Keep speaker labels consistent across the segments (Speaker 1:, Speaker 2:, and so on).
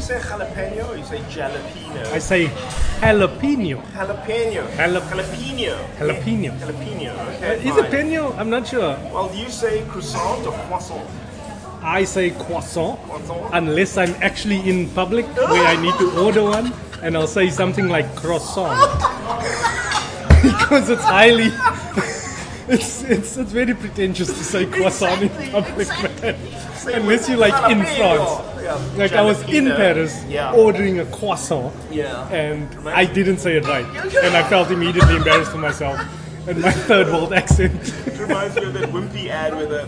Speaker 1: say jalapeno or you say jalapeno?
Speaker 2: I say jalapeno.
Speaker 1: Jalapeno.
Speaker 2: Jalap-
Speaker 1: jalapeno.
Speaker 2: Jalapeno.
Speaker 1: Jalapeno. Okay.
Speaker 2: Is it
Speaker 1: fine.
Speaker 2: peno? I'm not sure.
Speaker 1: Well, you say croissant or croissant?
Speaker 2: I say croissant
Speaker 1: Croissant.
Speaker 2: unless I'm actually in public where I need to order one, and I'll say something like croissant because it's highly. It's, it's, it's very pretentious to say croissant in public,
Speaker 1: Say
Speaker 2: man. Unless
Speaker 1: with
Speaker 2: you like in
Speaker 1: jalapeno.
Speaker 2: France.
Speaker 1: Yeah.
Speaker 2: Like I was in
Speaker 1: Jalapeno.
Speaker 2: Paris
Speaker 1: Yeah.
Speaker 2: ordering a croissant,
Speaker 1: Yeah.
Speaker 2: and I didn't say it right, and I felt immediately embarrassed for myself and my third world accent.
Speaker 1: It reminds me of that wimpy ad with a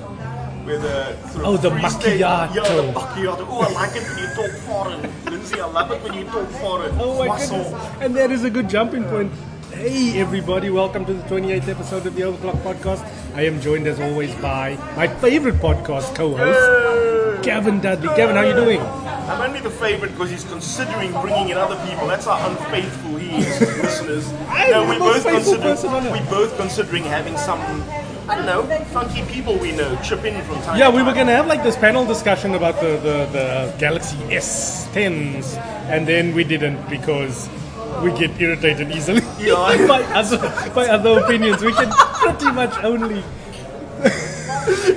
Speaker 1: with a sort of
Speaker 2: Oh, the
Speaker 1: free state- Yeah, the
Speaker 2: macchiato.
Speaker 1: macchiato. Oh, I like it when you talk foreign, Lindsay. I love it when you talk foreign.
Speaker 2: Oh my
Speaker 1: Croissant.
Speaker 2: goodness. And that is a good jumping point. Hey everybody, welcome to the 28th episode of the Overclock Podcast. I am joined as always by my favorite podcast co-host,
Speaker 1: Hey.
Speaker 2: Gavin Dudley. Gavin, how you doing?
Speaker 1: I'm only the favorite because he's considering bringing in other people. That's how unfaithful he is, listeners.
Speaker 2: I am the most faithful person on earth.
Speaker 1: we're both considering having some, I don't know, funky people we know chip in from time.
Speaker 2: Yeah,
Speaker 1: to
Speaker 2: we were
Speaker 1: time.
Speaker 2: gonna have like this panel discussion about the, the, the Galaxy S10s, and then we didn't because we get irritated easily
Speaker 1: Yeah.
Speaker 2: by other by other opinions. We can pretty much only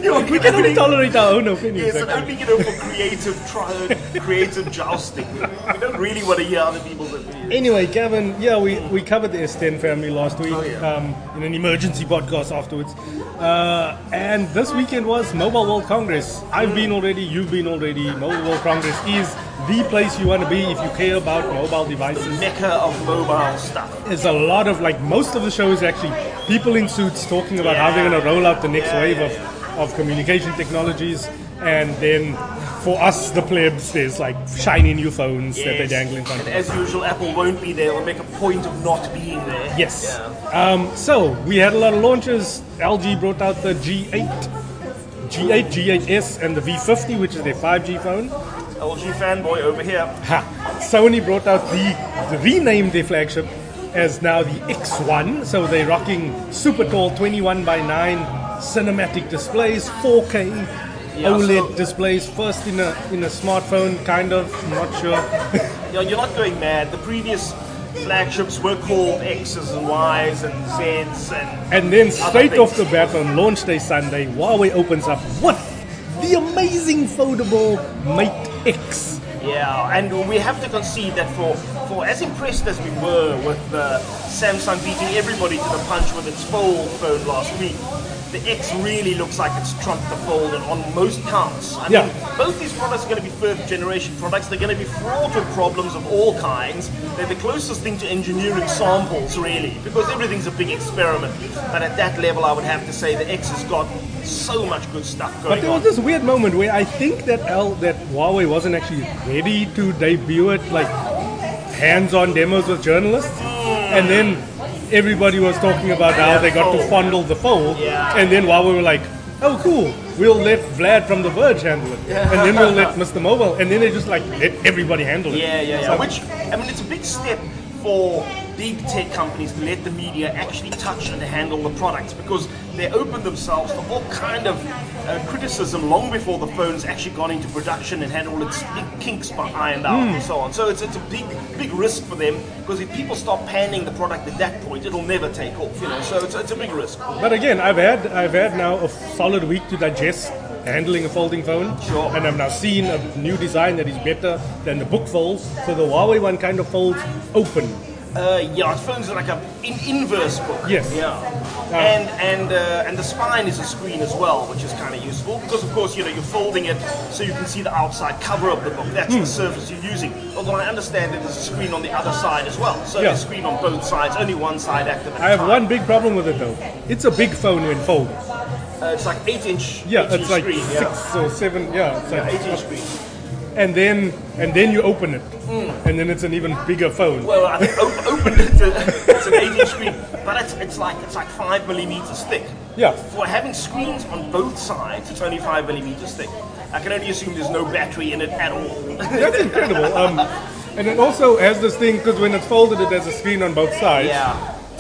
Speaker 1: You're
Speaker 2: we can only
Speaker 1: kidding.
Speaker 2: tolerate our own opinions.
Speaker 1: Yes, and
Speaker 2: actually.
Speaker 1: only you know for creative tri- creative jousting. We don't really want to hear other people's opinions.
Speaker 2: Anyway, Gavin, yeah, we, we covered the S10 family last week
Speaker 1: Oh, yeah.
Speaker 2: um, in an emergency podcast afterwards. Uh, and this weekend was Mobile World Congress. I've been already, you've been already. Mobile World Congress is the place you want to be if you care about mobile devices.
Speaker 1: Mecca of mobile stuff.
Speaker 2: There's a lot of, like, most of the show is actually people in suits talking about how they're going to roll out the next
Speaker 1: Yeah,
Speaker 2: wave
Speaker 1: yeah,
Speaker 2: of, of communication technologies. And then for us, the plebs, there's like shiny new phones that they
Speaker 1: Yes.
Speaker 2: dangle in front of
Speaker 1: And
Speaker 2: us.
Speaker 1: as usual, Apple won't be there. They'll make a point of not being there.
Speaker 2: Yes.
Speaker 1: Yeah.
Speaker 2: Um, so we had a lot of launches. LG brought out the G8, G8, G8S, and the V50, which is their 5G phone.
Speaker 1: LG fanboy over here.
Speaker 2: Ha. Sony brought out the, the renamed their flagship as now the X1. So they're rocking super tall 21 by 9 cinematic displays, 4K OLED
Speaker 1: so-
Speaker 2: E displays. First in a in a smartphone, kind of. I'm not sure.
Speaker 1: You know, you're not going mad. The previous flagships were called X's and Y's and Z's and
Speaker 2: And then straight
Speaker 1: things.
Speaker 2: off the bat on launch day Sunday, Huawei opens up what? The amazing foldable Mate X.
Speaker 1: yeah. And we have to concede that for for as impressed as we were with uh, Samsung beating everybody to the punch with its fold phone last week. The X really looks like it's trumped the fold and on most counts. I mean,
Speaker 2: Yeah.
Speaker 1: both these products are going to be first generation products. They're going to be fraught with problems of all kinds. They're the closest thing to engineering samples, really, because everything's a big experiment. But at that level, I would have to say the X has got so much good stuff
Speaker 2: But
Speaker 1: going
Speaker 2: there
Speaker 1: on.
Speaker 2: was this weird moment where I think that L that Huawei wasn't actually ready to debut it, like hands-on demos with journalists, and then everybody was talking about how they got to fondle the fold,
Speaker 1: Yeah.
Speaker 2: and then Huawei were like, "Oh, cool, we'll let Vlad from The Verge handle it, and then we'll let Mr. Mobile," and then they just like let everybody handle it.
Speaker 1: Yeah, yeah,
Speaker 2: So-
Speaker 1: yeah. Which I mean, it's a big step for big tech companies to let the media actually touch and handle the products because they opened themselves to all kind of uh, criticism long before the phones actually got into production and had all its big kinks ironed out and so on. So it's, it's a big big risk for them because if people start panning the product at that point, it'll never take off. You know, so it's, it's a big risk.
Speaker 2: But again, I've had I've had now a solid week to digest handling a folding phone,
Speaker 1: Sure.
Speaker 2: and I've now seen a new design that is better than the book folds. So the Huawei one kind of folds open.
Speaker 1: Uh, yeah, it phones are like a in, inverse book.
Speaker 2: Yes. Ah.
Speaker 1: Yeah. And and uh, and the spine is a screen as well, which is kind of useful because of course you know you're folding it so you can see the outside cover of the book. That's
Speaker 2: Hmm.
Speaker 1: the surface you're using. Although I understand that there's a screen on the other side as well. So
Speaker 2: Yeah.
Speaker 1: there's a screen on both sides, only one side active. At
Speaker 2: I
Speaker 1: a
Speaker 2: have
Speaker 1: time.
Speaker 2: one big problem with it though. It's a big phone when folded.
Speaker 1: Uh, it's like eight inch.
Speaker 2: Yeah,
Speaker 1: eight inch
Speaker 2: it's like
Speaker 1: screen. Yeah.
Speaker 2: six or seven. Yeah, it's
Speaker 1: Yeah,
Speaker 2: like,
Speaker 1: eight inch screen.
Speaker 2: and then and then you open it,
Speaker 1: Hmm.
Speaker 2: and then it's an even bigger phone.
Speaker 1: Well, I think op- open it's, a, it's an eight inch screen, but it's, it's like it's like five millimeters thick.
Speaker 2: yeah,
Speaker 1: For having screens on both sides, it's only five millimeters thick. I can only assume there's no battery in it at all.
Speaker 2: that's incredible. Um, and it also has this thing because when it's folded, it has a screen on both sides. Um,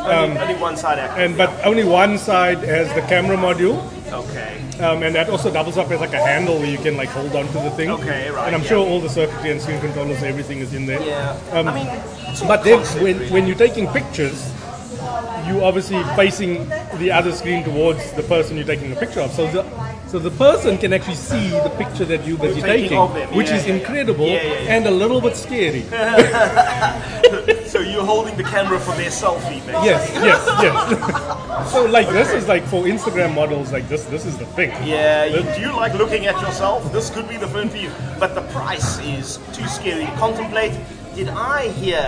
Speaker 1: yeah. Only, only one side active.
Speaker 2: And but only one side has the camera module,
Speaker 1: okay.
Speaker 2: Um, and that also doubles up as like a handle where you can like hold on to the thing.
Speaker 1: Okay, right,
Speaker 2: And I'm
Speaker 1: yeah.
Speaker 2: sure all the circuitry and screen controllers, everything is in there.
Speaker 1: Yeah.
Speaker 2: Um,
Speaker 1: I mean, it's all
Speaker 2: but then
Speaker 1: concept,
Speaker 2: when,
Speaker 1: really.
Speaker 2: when you're taking pictures, you obviously facing the other screen towards the person you're taking the picture of. So the so the person can actually see the picture that you that you're
Speaker 1: taking
Speaker 2: taking,
Speaker 1: of them,
Speaker 2: which
Speaker 1: yeah,
Speaker 2: is
Speaker 1: yeah, yeah.
Speaker 2: incredible
Speaker 1: Yeah, yeah, yeah.
Speaker 2: and a little bit scary.
Speaker 1: So you're holding the camera for their selfie, basically.
Speaker 2: Yes, yes, yes. so like this is like for Instagram models, like this this is the thing.
Speaker 1: Yeah, you,
Speaker 2: This-
Speaker 1: do you like looking at yourself? This could be the phone for you. But the price is too scary to contemplate. Did I hear?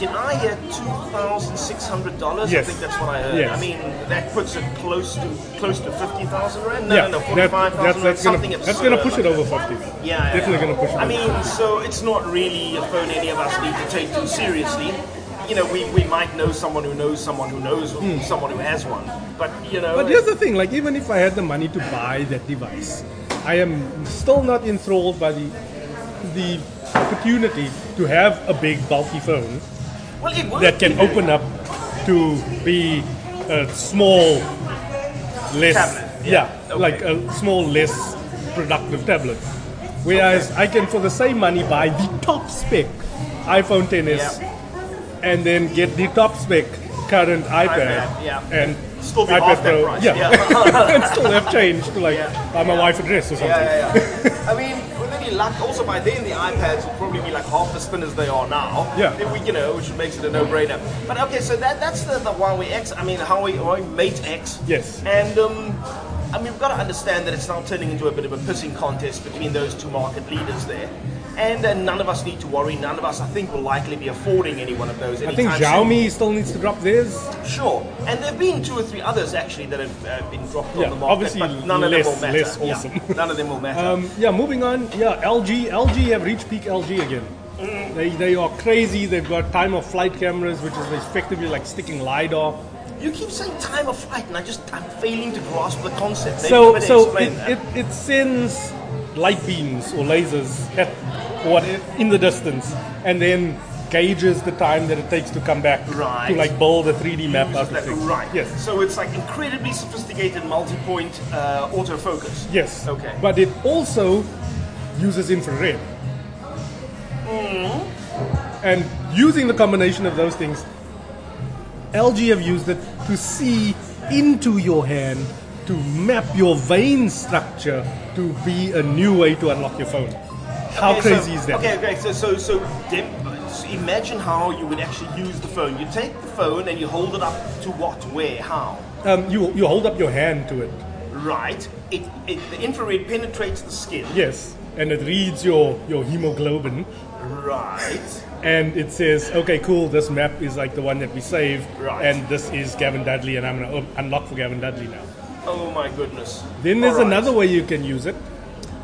Speaker 1: Did I hear two thousand six hundred dollars? I
Speaker 2: Yes.
Speaker 1: think that's what I heard.
Speaker 2: Yes.
Speaker 1: I mean, that puts it close to close to fifty thousand rand. No,
Speaker 2: yeah,
Speaker 1: no, no,
Speaker 2: that-
Speaker 1: forty-five
Speaker 2: that's,
Speaker 1: thousand rand.
Speaker 2: that's,
Speaker 1: Something
Speaker 2: gonna, that's gonna
Speaker 1: absurd
Speaker 2: push
Speaker 1: like
Speaker 2: it over 50.
Speaker 1: Yeah, yeah,
Speaker 2: Definitely
Speaker 1: yeah.
Speaker 2: gonna push it
Speaker 1: I
Speaker 2: over.
Speaker 1: mean, so it's not really a phone any of us need to take too seriously. You know, we, we might know someone who knows someone who knows someone who has one. But you know,
Speaker 2: Hmm. But here's the thing: like, even if I had the money to buy that device, I am still not enthralled by the the opportunity to have a big bulky phone
Speaker 1: well, it would
Speaker 2: that can
Speaker 1: be.
Speaker 2: open up to be a small, less
Speaker 1: Tablet,
Speaker 2: yeah,
Speaker 1: okay.
Speaker 2: like a small, less productive tablet. Whereas I can, for the same money, buy the top spec iPhone 10s
Speaker 1: Yeah.
Speaker 2: and then get the top spec current iPad,
Speaker 1: iPad, yeah.
Speaker 2: and
Speaker 1: Still be
Speaker 2: iPad
Speaker 1: half that
Speaker 2: Pro.
Speaker 1: price,
Speaker 2: Yeah,
Speaker 1: yeah.
Speaker 2: and still have change to like
Speaker 1: Yeah.
Speaker 2: buy my wife a dress or something.
Speaker 1: Yeah, yeah, yeah. I mean, with any luck, also by then the iPads will probably be like half the spin as they are now.
Speaker 2: Yeah.
Speaker 1: If we, you know, which makes it a no-brainer. But okay, so that that's the, the Huawei X. I mean, Huawei, Huawei Mate X.
Speaker 2: Yes.
Speaker 1: And um, I mean, we've got to understand that it's now turning into a bit of a pissing contest between those two market leaders there. And uh, none of us need to worry. None of us, I think, will likely be affording any one of those.
Speaker 2: I think Xiaomi still needs to drop theirs.
Speaker 1: Sure, and there've been two or three others actually that have uh, been dropped
Speaker 2: Yeah,
Speaker 1: on the market,
Speaker 2: obviously
Speaker 1: but none of
Speaker 2: less-
Speaker 1: them will matter.
Speaker 2: less
Speaker 1: Yeah,
Speaker 2: awesome.
Speaker 1: none of them will matter.
Speaker 2: Um, yeah, moving on. Yeah, LG. LG have reached peak LG again. They, they are crazy. They've got time of flight cameras, which is effectively like sticking lidar.
Speaker 1: You keep saying time of flight, and I just I'm failing to grasp the concept. Maybe
Speaker 2: so
Speaker 1: somebody
Speaker 2: so
Speaker 1: explain
Speaker 2: it,
Speaker 1: that.
Speaker 2: it, it sends light beams or lasers at what in the distance, and then gauges the time that it takes to come back
Speaker 1: Right.
Speaker 2: to like build a 3D map out of
Speaker 1: Like,
Speaker 2: things.
Speaker 1: right.
Speaker 2: Yes.
Speaker 1: So it's like incredibly sophisticated multi-point uh, autofocus.
Speaker 2: Yes.
Speaker 1: Okay.
Speaker 2: But it also uses infrared.
Speaker 1: Mm-hmm.
Speaker 2: And using the combination of those things, LG have used it to see into your hand, to map your vein structure, to be a new way to unlock your phone. How
Speaker 1: Okay, so-
Speaker 2: crazy is that?
Speaker 1: Okay, okay. So, so, so, dim- so imagine how you would actually use the phone. You take the phone and you hold it up to what, where, how.
Speaker 2: Um, you, you hold up your hand to it.
Speaker 1: Right. It, it the infrared penetrates the skin.
Speaker 2: Yes. And it reads your, your hemoglobin.
Speaker 1: Right.
Speaker 2: and it says, okay, cool, this map is like the one that we saved,
Speaker 1: Right.
Speaker 2: and this is Gavin Dudley, and I'm going to unlock for Gavin Dudley now.
Speaker 1: Oh my goodness.
Speaker 2: Then there's
Speaker 1: All right.
Speaker 2: another way you can use it.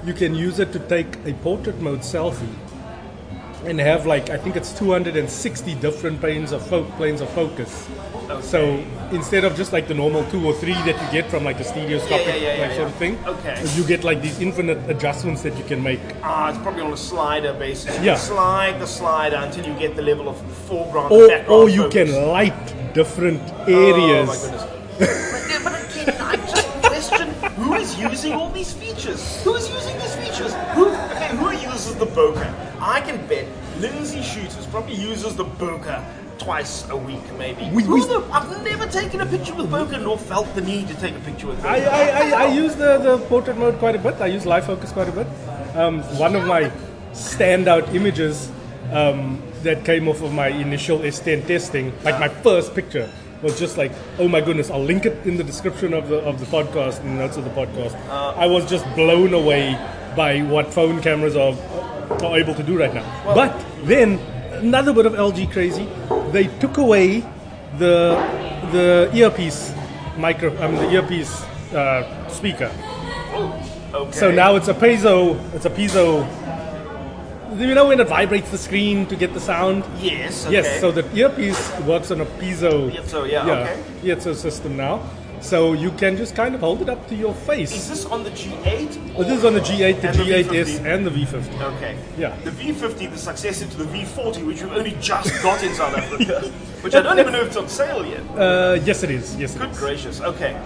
Speaker 2: You can use it to take a portrait mode selfie and have like I think it's 260 different planes of fo- planes of focus. So instead of just like the normal two or three that you get from like a stereoscopic
Speaker 1: Yeah, yeah, yeah, yeah,
Speaker 2: like, sort of
Speaker 1: yeah.
Speaker 2: thing,
Speaker 1: Okay.
Speaker 2: you get like these infinite adjustments that you can make.
Speaker 1: Ah, it's probably on a slider basis. You
Speaker 2: Yeah.
Speaker 1: Slide the slider until you get the level of foreground
Speaker 2: Or,
Speaker 1: background.
Speaker 2: or you
Speaker 1: focus.
Speaker 2: can light different
Speaker 1: Oh
Speaker 2: areas.
Speaker 1: my goodness. but, but again, I just question who is using all these features? Who is using these features? Who okay, who uses the bokeh? I can bet Lindsay Shooters probably uses the bokeh twice a week, maybe.
Speaker 2: We-
Speaker 1: who
Speaker 2: we-
Speaker 1: the, I've never taken a picture with bokeh nor felt the need to take a picture with
Speaker 2: I,
Speaker 1: bokeh.
Speaker 2: I, I, I use the, the portrait mode quite a bit. I use live focus quite a bit. Um, one of my standout images um, that came off of my initial S10 testing, like my first picture, was just like, oh my goodness, I'll link it in the description of the, of the podcast, in the notes of the podcast. I was just blown away by what phone cameras are, are able to do right now. but then, another bit of LG crazy, they took away the, the earpiece micro, I mean the earpiece uh, speaker.
Speaker 1: okay.
Speaker 2: So now it's a piezo. It's a piezo. You know when it vibrates the screen to get the sound.
Speaker 1: Yes. Okay.
Speaker 2: Yes. So the earpiece works on a piezo.
Speaker 1: Piezo, yeah, okay.
Speaker 2: Piezo system now. So you can just kind of hold it up to your
Speaker 1: is
Speaker 2: face.
Speaker 1: this on the G8?
Speaker 2: This is on the G8, the
Speaker 1: And the
Speaker 2: G8S,
Speaker 1: V50.
Speaker 2: and the V50.
Speaker 1: Okay.
Speaker 2: Yeah.
Speaker 1: The V50, the successor to the V40, which we've only just got in South Africa, which I don't even know if it's on sale yet.
Speaker 2: Uh, yes, it is. Yes, it
Speaker 1: Good
Speaker 2: is.
Speaker 1: gracious. Okay.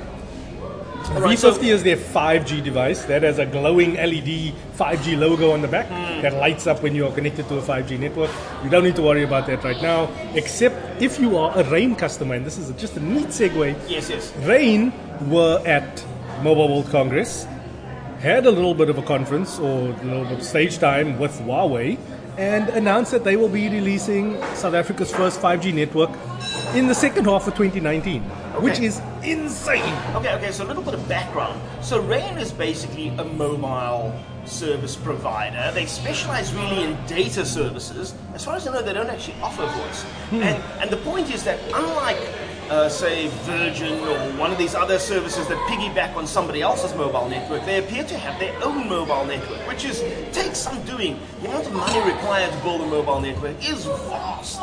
Speaker 1: Alright,
Speaker 2: V50
Speaker 1: so-
Speaker 2: is their 5G device that has a glowing E LED 5G logo on the back
Speaker 1: Hmm.
Speaker 2: that lights up when you are connected to a 5G network. You don't need to worry about that right now, except if you are a RAIN customer, and this is just a neat segue.
Speaker 1: Yes, yes.
Speaker 2: Rain were at Mobile World Congress, had a little bit of a conference or a little bit of stage time with Huawei, and announced that they will be releasing South Africa's first 5G network in the second half of 2019, which
Speaker 1: Okay.
Speaker 2: is insane.
Speaker 1: Okay, okay, so a little bit of background. So RAIN is basically a mobile service provider. They specialize really in data services. As far as I know, they don't actually offer voice. And, and the point is that unlike, uh, say, Virgin or one of these other services that piggyback on somebody else's mobile network, they appear to have their own mobile network, which is takes some doing. The amount of money required to build a mobile network is vast.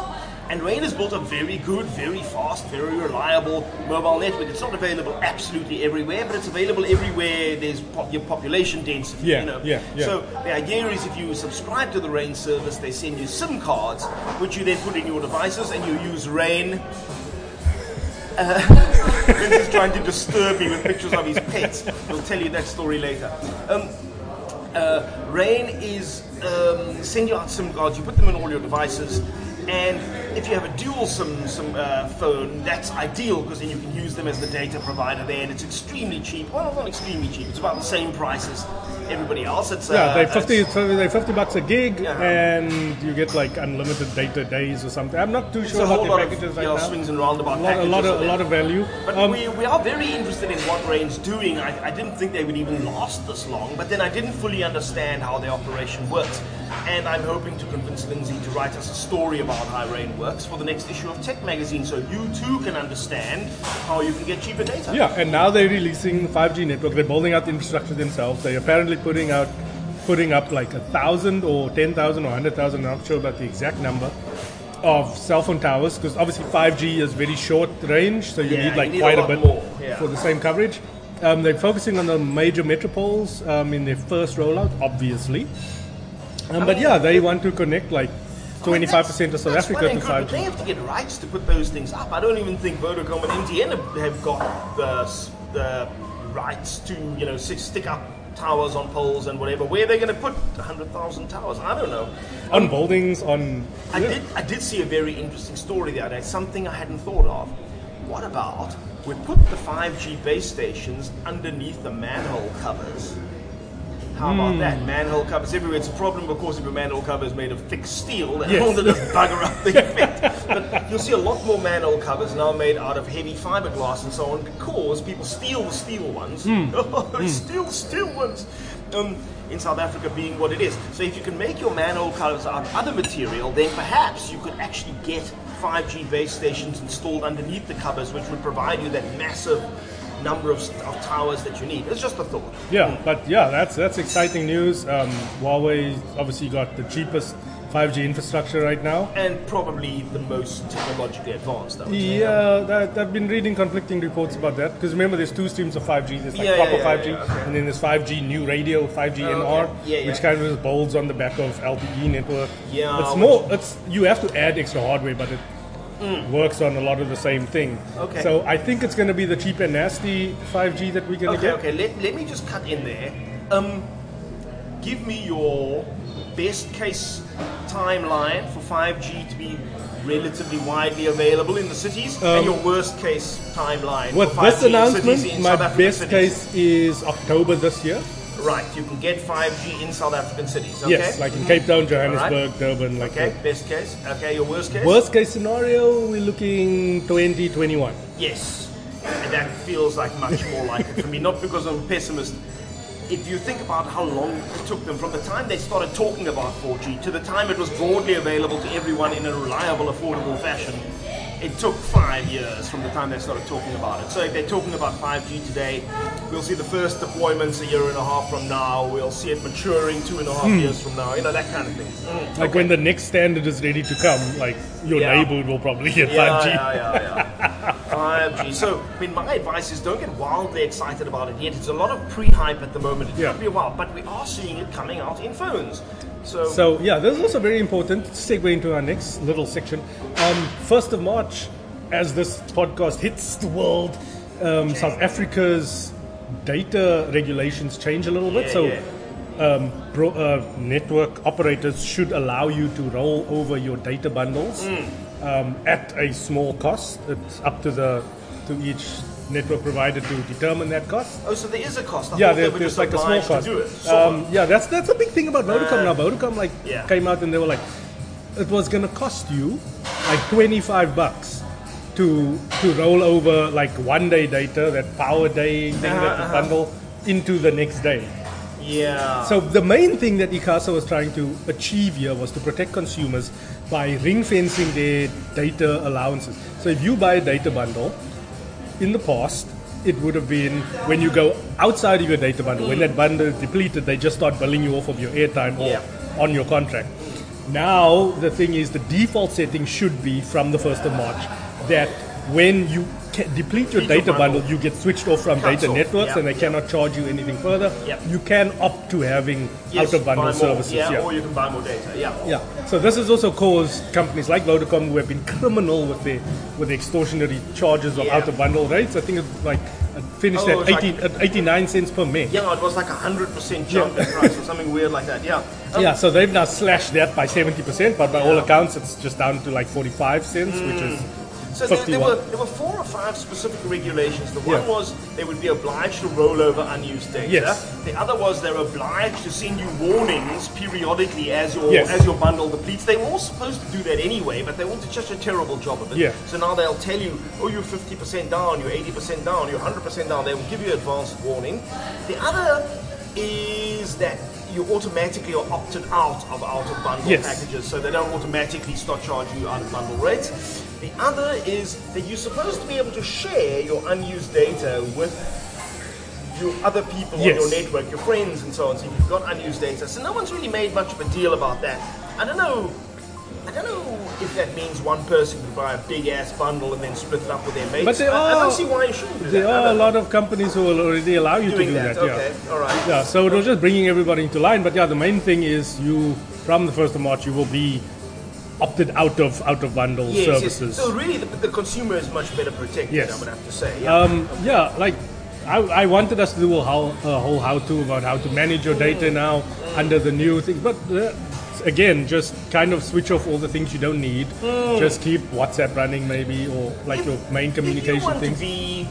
Speaker 1: And Rain has built a very good, very fast, very reliable mobile network. It's not available absolutely everywhere, but it's available everywhere there's pop- your population density.
Speaker 2: Yeah,
Speaker 1: you know.
Speaker 2: yeah, yeah.
Speaker 1: So the idea is if you subscribe to the Rain service, they send you SIM cards, which you then put in your devices and you use Rain. Uh, Vince is trying to disturb me with pictures of his pets. He'll tell you that story later. Um, uh, Rain is um, send you out SIM cards. You put them in all your devices, and if you have a dual SIM, SIM uh, phone, that's ideal because then you can use them as the data provider there, and it's extremely cheap. Well, not extremely cheap. It's about the same price as everybody else. It's
Speaker 2: Yeah,
Speaker 1: uh,
Speaker 2: they're 50,
Speaker 1: it's-
Speaker 2: they're 50 bucks a gig,
Speaker 1: Yeah.
Speaker 2: and you get like unlimited data days or something. I'm not too
Speaker 1: It's
Speaker 2: sure
Speaker 1: a
Speaker 2: about
Speaker 1: whole
Speaker 2: their
Speaker 1: lot of
Speaker 2: packages
Speaker 1: yeah,
Speaker 2: right now.
Speaker 1: swings and roundabout
Speaker 2: a lot, a lot
Speaker 1: packages
Speaker 2: of, a
Speaker 1: are
Speaker 2: lot
Speaker 1: there.
Speaker 2: of value.
Speaker 1: But
Speaker 2: Um,
Speaker 1: we, we are very interested in what Rain's doing. I, I didn't think they would even last this long, but then I didn't fully understand how their operation works. And I'm hoping to convince Lindsay to write us a story about how Rain works for the next issue of Tech Magazine so you too can understand how you can get cheaper data.
Speaker 2: Yeah, and now they're releasing 5G network. They're building out the infrastructure themselves. They're apparently putting out, putting up like a thousand or ten thousand or hundred thousand. I'm not sure about the exact number of cell phone towers because obviously 5G is very short range, so you
Speaker 1: Yeah,
Speaker 2: need like
Speaker 1: you need a
Speaker 2: quite a,
Speaker 1: lot
Speaker 2: bit
Speaker 1: more, yeah.
Speaker 2: for the same coverage. Um, they're focusing on the major metropoles um, in their first rollout, obviously. Um, but
Speaker 1: mean,
Speaker 2: yeah, they want to connect like
Speaker 1: I mean,
Speaker 2: 25% of
Speaker 1: that's-
Speaker 2: South
Speaker 1: that's well
Speaker 2: Africa to
Speaker 1: and good, but
Speaker 2: 5G.
Speaker 1: They have to get rights to put those things up. I don't even think Vodacom and MTN have- have got the, s- the rights to you know s- stick up towers on poles and whatever. Where are they going to put 100,000 towers? I don't know.
Speaker 2: on buildings, on
Speaker 1: I did I did see a very interesting story the other day. Something I hadn't thought of. What about we put the 5G base stations underneath the manhole covers? How about that? Manhole covers everywhere. It's a problem, of course, if a manhole cover is made of thick steel, then
Speaker 2: Yes.
Speaker 1: all that does bugger up the effect. But you'll see a lot more manhole covers now made out of heavy fiberglass and so on because people steal the steel ones. Oh, they steal steel ones. Um, in South Africa being what it is. So if you can make your manhole covers out of other material, then perhaps you could actually get 5G base stations installed underneath the covers, which would provide you that massive number of, st- of towers that you need. It's just a thought.
Speaker 2: Yeah, but yeah, that's that's exciting news. Um, Huawei obviously got the cheapest 5G infrastructure right now.
Speaker 1: and probably the most technologically advanced. I would say.
Speaker 2: Yeah, uh, that, I've been reading conflicting reports about that because remember, there's two streams of 5G. There's like
Speaker 1: Yeah, yeah,
Speaker 2: proper
Speaker 1: yeah,
Speaker 2: 5G,
Speaker 1: yeah, okay. Oh,
Speaker 2: and then there's 5G new radio, 5G NR,
Speaker 1: Yeah, yeah.
Speaker 2: which kind of just builds on the back of LTE network.
Speaker 1: Yeah,
Speaker 2: it's
Speaker 1: which-
Speaker 2: more. It's you have to add extra hardware, but it works on a lot of the same thing.
Speaker 1: Mm. Okay.
Speaker 2: So I think it's going to be the cheap and nasty 5G that we're going to
Speaker 1: Okay,
Speaker 2: get.
Speaker 1: okay. Let, let me just cut in there. Um, give me your best case timeline for 5G to be relatively widely available in the cities, and your worst case timeline.
Speaker 2: Um, With
Speaker 1: for 5G in
Speaker 2: this
Speaker 1: cities
Speaker 2: announcement,
Speaker 1: in
Speaker 2: my
Speaker 1: South African
Speaker 2: best
Speaker 1: cities.
Speaker 2: case is October this year.
Speaker 1: Right, you can get 5G in South African cities. Okay.
Speaker 2: Yes, like in Cape Town, Johannesburg,
Speaker 1: Alright.
Speaker 2: Durban. Like
Speaker 1: okay, best case. Okay, your worst case.
Speaker 2: that. worst case scenario, we're looking 2021.
Speaker 1: Yes, and that feels like much more like it for me. Not because I'm a pessimist. If you think about how long it took them from the time they started talking about 4G to the time it was broadly available to everyone in a reliable, affordable fashion, it took five years from the time they started talking about it. So if they're talking about 5G today, we'll see the first deployments a year and a half from now. We'll see it maturing two and a half years from now. You know that kind of thing. Mm.
Speaker 2: Like when the next standard is ready to come, like your
Speaker 1: Yeah.
Speaker 2: neighborhood will probably get 5G.
Speaker 1: Yeah, yeah, yeah, yeah. 5G. So, I mean, my advice is don't get wildly excited about it yet. It's a lot of pre-hype at the moment. It
Speaker 2: Yeah.
Speaker 1: could be a while, but we are seeing it coming out in phones. So,
Speaker 2: So yeah, this is also very important. Segue into our next little section. Um, First of March, as this podcast hits the world, um, South Africa's data regulations change a little bit.
Speaker 1: Yeah,
Speaker 2: so
Speaker 1: yeah.
Speaker 2: Um, bro, uh, network operators should allow you to roll over your data bundles
Speaker 1: Mm.
Speaker 2: um, at a small cost. It's up to the to each network provider to determine that cost.
Speaker 1: Oh, so there is a cost. I
Speaker 2: Yeah,
Speaker 1: thought they
Speaker 2: there,
Speaker 1: were
Speaker 2: there's
Speaker 1: just
Speaker 2: like a small
Speaker 1: obliged
Speaker 2: cost.
Speaker 1: To do it. So,
Speaker 2: Um, yeah, that's that's a big thing about Vodacom now. Vodacom like
Speaker 1: Yeah.
Speaker 2: came out and they were like, it was gonna cost you like 25 bucks to to roll over like one day data, that power day thing
Speaker 1: Uh-huh,
Speaker 2: that you bundle into the next day.
Speaker 1: yeah.
Speaker 2: So the main thing that Icasa was trying to achieve here was to protect consumers by ring fencing their data allowances. So if you buy a data bundle, in the past it would have been when you go outside of your data bundle, when that bundle is depleted, they just start billing you off of your airtime or
Speaker 1: Yeah.
Speaker 2: on your contract. Now the thing is the default setting should be from the first of March that when you ca- deplete
Speaker 1: Deplete your
Speaker 2: your data
Speaker 1: bundle.
Speaker 2: bundle, you get switched off from
Speaker 1: Cuts
Speaker 2: data
Speaker 1: off.
Speaker 2: networks
Speaker 1: Yeah.
Speaker 2: and they cannot charge you anything further.
Speaker 1: Yep.
Speaker 2: You can opt to having
Speaker 1: Yes,
Speaker 2: out of
Speaker 1: buy more.
Speaker 2: bundle services.
Speaker 1: Yeah,
Speaker 2: Yeah.
Speaker 1: or you can buy more data. Yeah.
Speaker 2: Yeah. So this has also caused companies like Vodacom who have been criminal with their with the extortionary charges of
Speaker 1: Yeah.
Speaker 2: out of bundle rates. I think it's like it finished
Speaker 1: Oh,
Speaker 2: at,
Speaker 1: it's like-
Speaker 2: 18, at 89 cents per meg.
Speaker 1: Yeah, it was like a hundred percent jump in price or something weird like that. Yeah. Um,
Speaker 2: Yeah, so they've now slashed that by 70%, but by all accounts, it's just down to like 45 cents, which
Speaker 1: Mm.
Speaker 2: is
Speaker 1: So there,
Speaker 2: 51.
Speaker 1: there were there were four or five specific regulations. The one
Speaker 2: Yeah.
Speaker 1: was they would be obliged to roll over unused data.
Speaker 2: Yes.
Speaker 1: The other was they were obliged to send you warnings periodically as your
Speaker 2: Yes.
Speaker 1: as your bundle depletes. They were all supposed to do that anyway, but they all did such a terrible job of it.
Speaker 2: Yeah.
Speaker 1: So now they'll tell you, oh, you're 50% down, you're 80% down, you're 100% down. They will give you advanced warning. The other is that you automatically are opted out of out of bundle
Speaker 2: Yes.
Speaker 1: packages, so they don't automatically start charging you out of bundle rates. The other is that you're supposed to be able to share your unused data with your other people
Speaker 2: Yes.
Speaker 1: on your network, your friends, and so on. So you've got unused data. So no one's really made much of a deal about that. I don't know. I don't know if that means one person can buy a big ass bundle and then split it up with their mates.
Speaker 2: But there
Speaker 1: I, I don't
Speaker 2: are-
Speaker 1: see why you shouldn't do
Speaker 2: There
Speaker 1: that. I
Speaker 2: are a
Speaker 1: don't-
Speaker 2: lot of companies who will already allow you
Speaker 1: doing
Speaker 2: to do
Speaker 1: that.
Speaker 2: that.
Speaker 1: okay,
Speaker 2: Yeah.
Speaker 1: all right.
Speaker 2: Yeah, so it was just bringing everybody into line. But yeah, the main thing is you, from the 1st of March, you will be opted out of out of bundle
Speaker 1: Yes, yes.
Speaker 2: services.
Speaker 1: So really, the, the consumer is much better protected.
Speaker 2: Yes.
Speaker 1: I would have to say. Yeah.
Speaker 2: Um, yeah, like I, I wanted us to do a whole, a whole how-to about how to manage your data
Speaker 1: Mm.
Speaker 2: now under the new thing, but uh, again, just kind of switch off all the things you don't need. Just keep WhatsApp running, maybe, or like your main
Speaker 1: Mm. if you
Speaker 2: communication
Speaker 1: want
Speaker 2: things.
Speaker 1: to be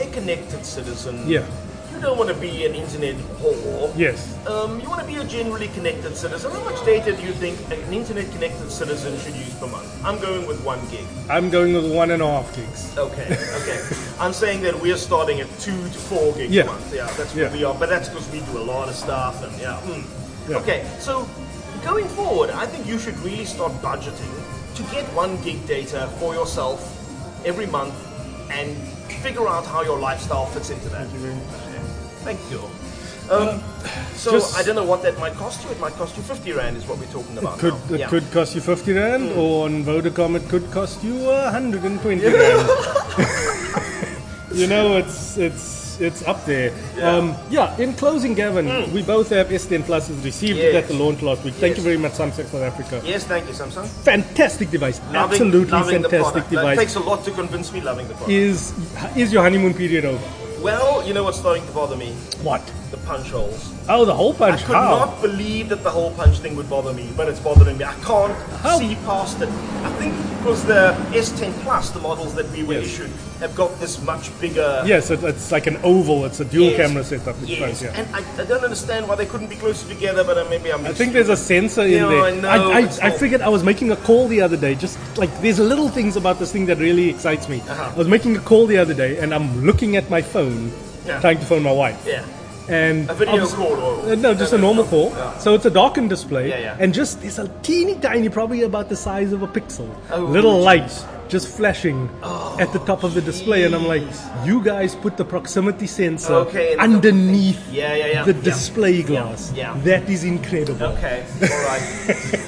Speaker 1: a connected citizen,
Speaker 2: Yeah.
Speaker 1: you don't want to be an internet whore.
Speaker 2: Yes.
Speaker 1: Um, you want to be a generally connected citizen. How much data do you think an internet connected citizen should use per month? I'm going with one gig.
Speaker 2: I'm going with one and a half gigs.
Speaker 1: Okay, okay. I'm saying that we're starting at two to four gigs
Speaker 2: Yeah.
Speaker 1: a month. Yeah, that's
Speaker 2: Yeah.
Speaker 1: what we are. But that's because we do a lot of stuff and yeah. mm.
Speaker 2: Yeah.
Speaker 1: Okay, so going forward, I think you should really start budgeting to get one gig data for yourself every month and figure out how your lifestyle fits into that. Thank you. Um, so
Speaker 2: just-
Speaker 1: I don't know what that might cost you. It might cost you 50 rand, is what we're talking about.
Speaker 2: Could
Speaker 1: now.
Speaker 2: it
Speaker 1: Yeah. Mm.
Speaker 2: could cost you fifty rand, or on Vodacom it could cost you uh, hundred and twenty rand. you know, it's it's it's up there. Yeah. Um, yeah. In closing, Gavin, we both have S10 Pluses received it at the
Speaker 1: Mm. Yes.
Speaker 2: launch last week. Thank
Speaker 1: Yes.
Speaker 2: you very much, Samsung South Africa.
Speaker 1: Yes, thank you, Samsung.
Speaker 2: Fantastic device,
Speaker 1: Loving-
Speaker 2: absolutely
Speaker 1: loving the
Speaker 2: fantastic
Speaker 1: product. That
Speaker 2: device.
Speaker 1: takes a lot to convince me loving the product.
Speaker 2: Is is your honeymoon period over?
Speaker 1: Well, you know what's starting to bother me?
Speaker 2: What?
Speaker 1: The punch holes.
Speaker 2: Oh, the whole
Speaker 1: I
Speaker 2: bunch.
Speaker 1: could
Speaker 2: How?
Speaker 1: not believe that the whole punch thing would bother me, but it's bothering me. I can't
Speaker 2: How?
Speaker 1: see past it. I think because the S10 Plus, the models that we were
Speaker 2: Yes.
Speaker 1: issued, have got this much bigger.
Speaker 2: Yes, it, it's like an oval. It's a dual
Speaker 1: Yes.
Speaker 2: camera setup. It's
Speaker 1: Yes,
Speaker 2: fine, yeah.
Speaker 1: and I, I don't understand why they couldn't be closer together, but uh, maybe I'm.
Speaker 2: I think there's a sensor in
Speaker 1: Yeah,
Speaker 2: there.
Speaker 1: I know,
Speaker 2: I,
Speaker 1: it's
Speaker 2: I, I
Speaker 1: not-
Speaker 2: figured I was making a call the other day. Just like there's little things about this thing that really excites me.
Speaker 1: Uh-huh.
Speaker 2: I was making a call the other day, and I'm looking at my phone,
Speaker 1: Yeah.
Speaker 2: trying to phone my wife,
Speaker 1: Yeah.
Speaker 2: and
Speaker 1: A video
Speaker 2: obviously-
Speaker 1: call or-
Speaker 2: Uh, no, just a normal call. So it's a darkened display,
Speaker 1: Yeah, yeah.
Speaker 2: and just there's a teeny tiny, probably about the size of a pixel,
Speaker 1: Oh,
Speaker 2: little
Speaker 1: geez.
Speaker 2: lights just flashing at the top of the display, and I'm like, you guys put the proximity sensor
Speaker 1: Okay, and-
Speaker 2: underneath
Speaker 1: Yeah, yeah, yeah.
Speaker 2: the
Speaker 1: Yeah.
Speaker 2: display glass.
Speaker 1: yeah.
Speaker 2: That is incredible.
Speaker 1: Okay, all right.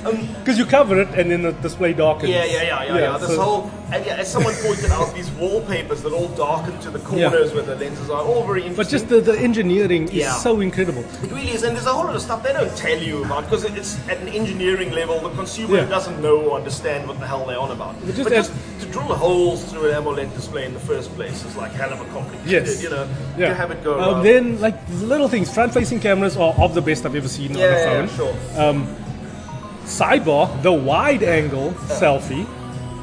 Speaker 1: Um,
Speaker 2: Because you cover it and then the display darkens.
Speaker 1: Yeah, yeah, yeah, yeah. yeah, This
Speaker 2: so-
Speaker 1: whole, and yeah, as someone pointed out, these wallpapers that all darken to the corners where the lenses are, all very interesting.
Speaker 2: But just the, the engineering
Speaker 1: Yeah.
Speaker 2: is so incredible.
Speaker 1: It really is, and there's a whole lot of stuff they don't tell you about because it's at an engineering level. The consumer
Speaker 2: Yeah.
Speaker 1: doesn't know or understand what the hell they're on about. But
Speaker 2: But just
Speaker 1: just, to
Speaker 2: as-
Speaker 1: drill holes through an AMOLED display in the first place is like hell of a complicated,
Speaker 2: Yes.
Speaker 1: you know,
Speaker 2: Yeah.
Speaker 1: to have it go
Speaker 2: Um,
Speaker 1: around.
Speaker 2: then, like little things, front-facing cameras are of the best I've ever seen
Speaker 1: yeah,
Speaker 2: on a
Speaker 1: yeah,
Speaker 2: phone.
Speaker 1: yeah, sure.
Speaker 2: Sidebar, the wide-angle selfie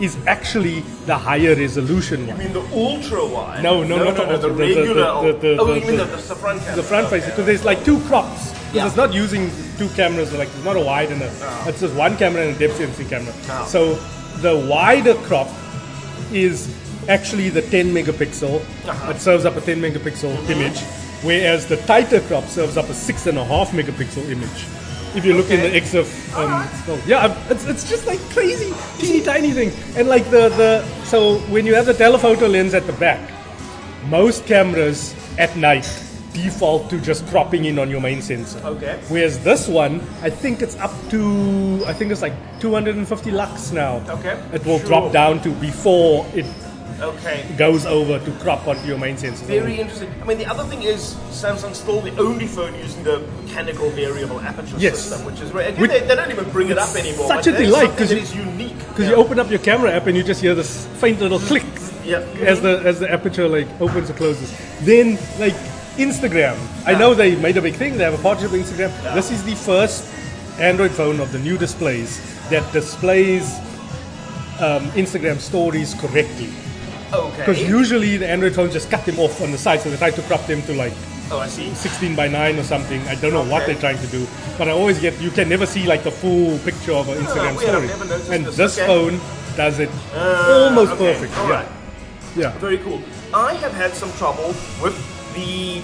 Speaker 2: is actually the higher resolution
Speaker 1: I
Speaker 2: one.
Speaker 1: mean the ultra wide.
Speaker 2: No, no, not
Speaker 1: no,
Speaker 2: the
Speaker 1: no,
Speaker 2: ultra,
Speaker 1: the
Speaker 2: the- the-
Speaker 1: regular.
Speaker 2: the- the-
Speaker 1: oh,
Speaker 2: the-
Speaker 1: you mean the,
Speaker 2: the-
Speaker 1: the, the front camera?
Speaker 2: The front
Speaker 1: okay.
Speaker 2: facing because there's like two props. 'Cause
Speaker 1: Yeah.
Speaker 2: It's not using two cameras. Like it's not a wide and a. It's just one camera and a depth sensing camera.
Speaker 1: Ah.
Speaker 2: So the wider crop is actually the 10 megapixel.
Speaker 1: Uh-huh. Mm-hmm.
Speaker 2: It serves up a 10 megapixel image, whereas the tighter crop serves up a six and a half megapixel image. If you look in the XF,
Speaker 1: Oh,
Speaker 2: um, well, yeah, I'm- it's, it's just like crazy teeny tiny things. And like the the so when you have the telephoto lens at the back, most cameras at night default to just cropping in on your main sensor.
Speaker 1: Okay.
Speaker 2: Whereas this one, I think it's up to I think it's like 250 lux now.
Speaker 1: Okay.
Speaker 2: It will
Speaker 1: Sure.
Speaker 2: drop down to before it
Speaker 1: Okay.
Speaker 2: goes over to crop onto your main sensor.
Speaker 1: Very interesting. I mean, the other thing is Samsung's still the only phone using the mechanical variable aperture
Speaker 2: Yes.
Speaker 1: system, which is right. Again,
Speaker 2: Which-
Speaker 1: they, they don't even bring it up anymore.
Speaker 2: such
Speaker 1: but
Speaker 2: a
Speaker 1: that is
Speaker 2: delight,
Speaker 1: something
Speaker 2: 'cause
Speaker 1: that
Speaker 2: you-
Speaker 1: is unique.
Speaker 2: Because you open up your camera app and you just hear this faint little click
Speaker 1: Yeah.
Speaker 2: as the as the aperture like opens or closes. Then like Instagram. I know they made a big thing. They have a partnership with Instagram. This is the first Android phone of the new displays that displays um, Instagram stories correctly.
Speaker 1: Okay.
Speaker 2: Because usually the Android phones just cut them off on the side, so they try to crop them to like
Speaker 1: oh, I see.
Speaker 2: 16 by 9 or something. I don't know what
Speaker 1: Okay.
Speaker 2: they're trying to do, but I always get you can never see like the full picture of an Instagram
Speaker 1: weird. I've
Speaker 2: story.
Speaker 1: never noticed
Speaker 2: and
Speaker 1: this.
Speaker 2: this
Speaker 1: Okay. Uh,
Speaker 2: phone does it almost
Speaker 1: Okay,
Speaker 2: perfect.
Speaker 1: All
Speaker 2: yeah.
Speaker 1: right.
Speaker 2: yeah.
Speaker 1: Very cool. I have had some trouble with the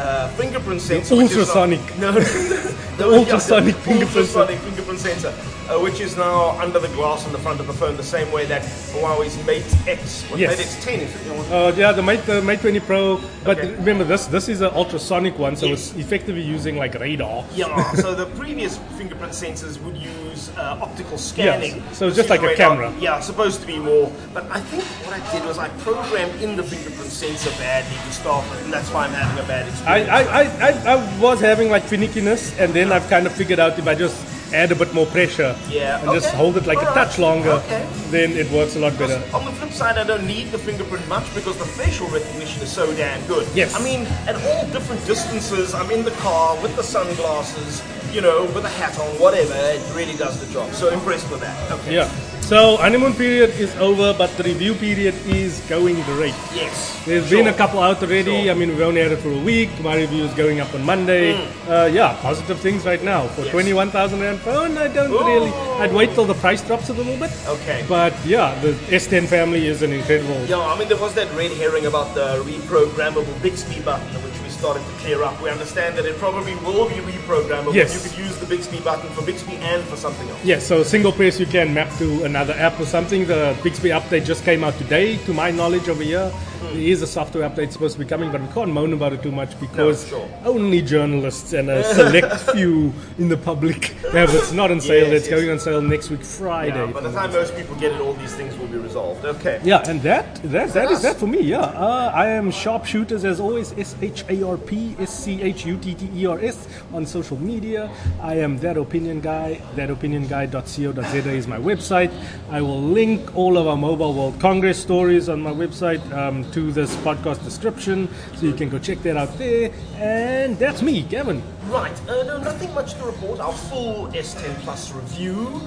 Speaker 1: uh, fingerprint sensor.
Speaker 2: The
Speaker 1: which is now-
Speaker 2: ultrasonic.
Speaker 1: No, the
Speaker 2: ultrasonic fingerprint sensor.
Speaker 1: ultrasonic fingerprint sensor, uh, which is now under the glass in the front of the phone, the same way that Huawei's Mate X, or
Speaker 2: Yes.
Speaker 1: Mate X 10 is. It? You know,
Speaker 2: Uh, yeah, the Mate, the Mate 20 Pro. But
Speaker 1: Okay.
Speaker 2: remember, this this is an ultrasonic one, so
Speaker 1: Yes.
Speaker 2: it's effectively using like radar.
Speaker 1: Yeah, so the previous fingerprint sensors would use uh, optical scanning.
Speaker 2: so it's just like a
Speaker 1: Situation where-
Speaker 2: camera.
Speaker 1: Yeah, supposed to be more. But I think what I did was I programmed in the fingerprint sensor badly to start with, and that's why I'm having a bad
Speaker 2: I,
Speaker 1: experience.
Speaker 2: I, I, I, I was having like finickiness, and then I've kind of figured out if I just add a bit more pressure
Speaker 1: Yeah,
Speaker 2: and just
Speaker 1: okay.
Speaker 2: hold it like a
Speaker 1: Alright.
Speaker 2: touch longer,
Speaker 1: Okay.
Speaker 2: then it works a lot better.
Speaker 1: Because On the flip side, I don't need the fingerprint much because the facial recognition is so damn good.
Speaker 2: Yes.
Speaker 1: I mean, at all different distances, I'm in the car with the sunglasses, you know, with a hat on, whatever. It really does the job. So impressed with that. Okay.
Speaker 2: Yeah. So honeymoon period is over, but the review period is going great.
Speaker 1: Yes.
Speaker 2: There's
Speaker 1: Sure.
Speaker 2: been a couple out already.
Speaker 1: Sure.
Speaker 2: I mean, we've only had it for a week. My review is going up on Monday. Uh, yeah, positive things right now. For
Speaker 1: Hmm. Yes.
Speaker 2: 21,000 rand phone, I don't really. I'd wait till the price drops a little bit.
Speaker 1: Okay.
Speaker 2: But yeah, the S10 family is an incredible.
Speaker 1: Yeah, I mean, there was that red herring about the reprogrammable Bixby button, which we started to clear up. We understand that it probably will be reprogrammable.
Speaker 2: Yes.
Speaker 1: You could use the Bixby button for Bixby and for something else.
Speaker 2: Yeah, so single press you can map to another app or something. The Bixby update just came out today, to my knowledge, over here.
Speaker 1: Hmm.
Speaker 2: There is a software update supposed to be coming, but we can't moan about it too much because
Speaker 1: sure.
Speaker 2: only journalists and a select few in the public have it. It's not on sale.
Speaker 1: Yes,
Speaker 2: it's
Speaker 1: yes.
Speaker 2: going on sale next week, Friday.
Speaker 1: Yeah, by the time most people get it, all these things will be resolved. Okay.
Speaker 2: Yeah, and that that that is
Speaker 1: us.
Speaker 2: that for me. Yeah, uh, I am sharpshooters as always. S H A R P S C H U T T E R S on social media. I am that opinion guy. Thatopinionguy.co.za is my website. I will link all of our Mobile World Congress stories on my website um, to this podcast description, so you can go check that out there. And that's me, Gavin.
Speaker 1: Right, uh, no, nothing much to report. Our full S10 Plus review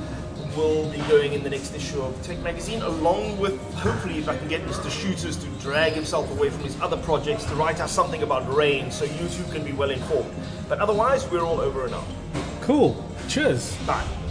Speaker 1: will be going in the next issue of Tech Magazine, along with hopefully if I can get Mr. Shooters to drag himself away from his other projects to write us something about rain so you two can be well informed. But otherwise, we're all over and out.
Speaker 2: Cool. Cheers.
Speaker 1: Bye.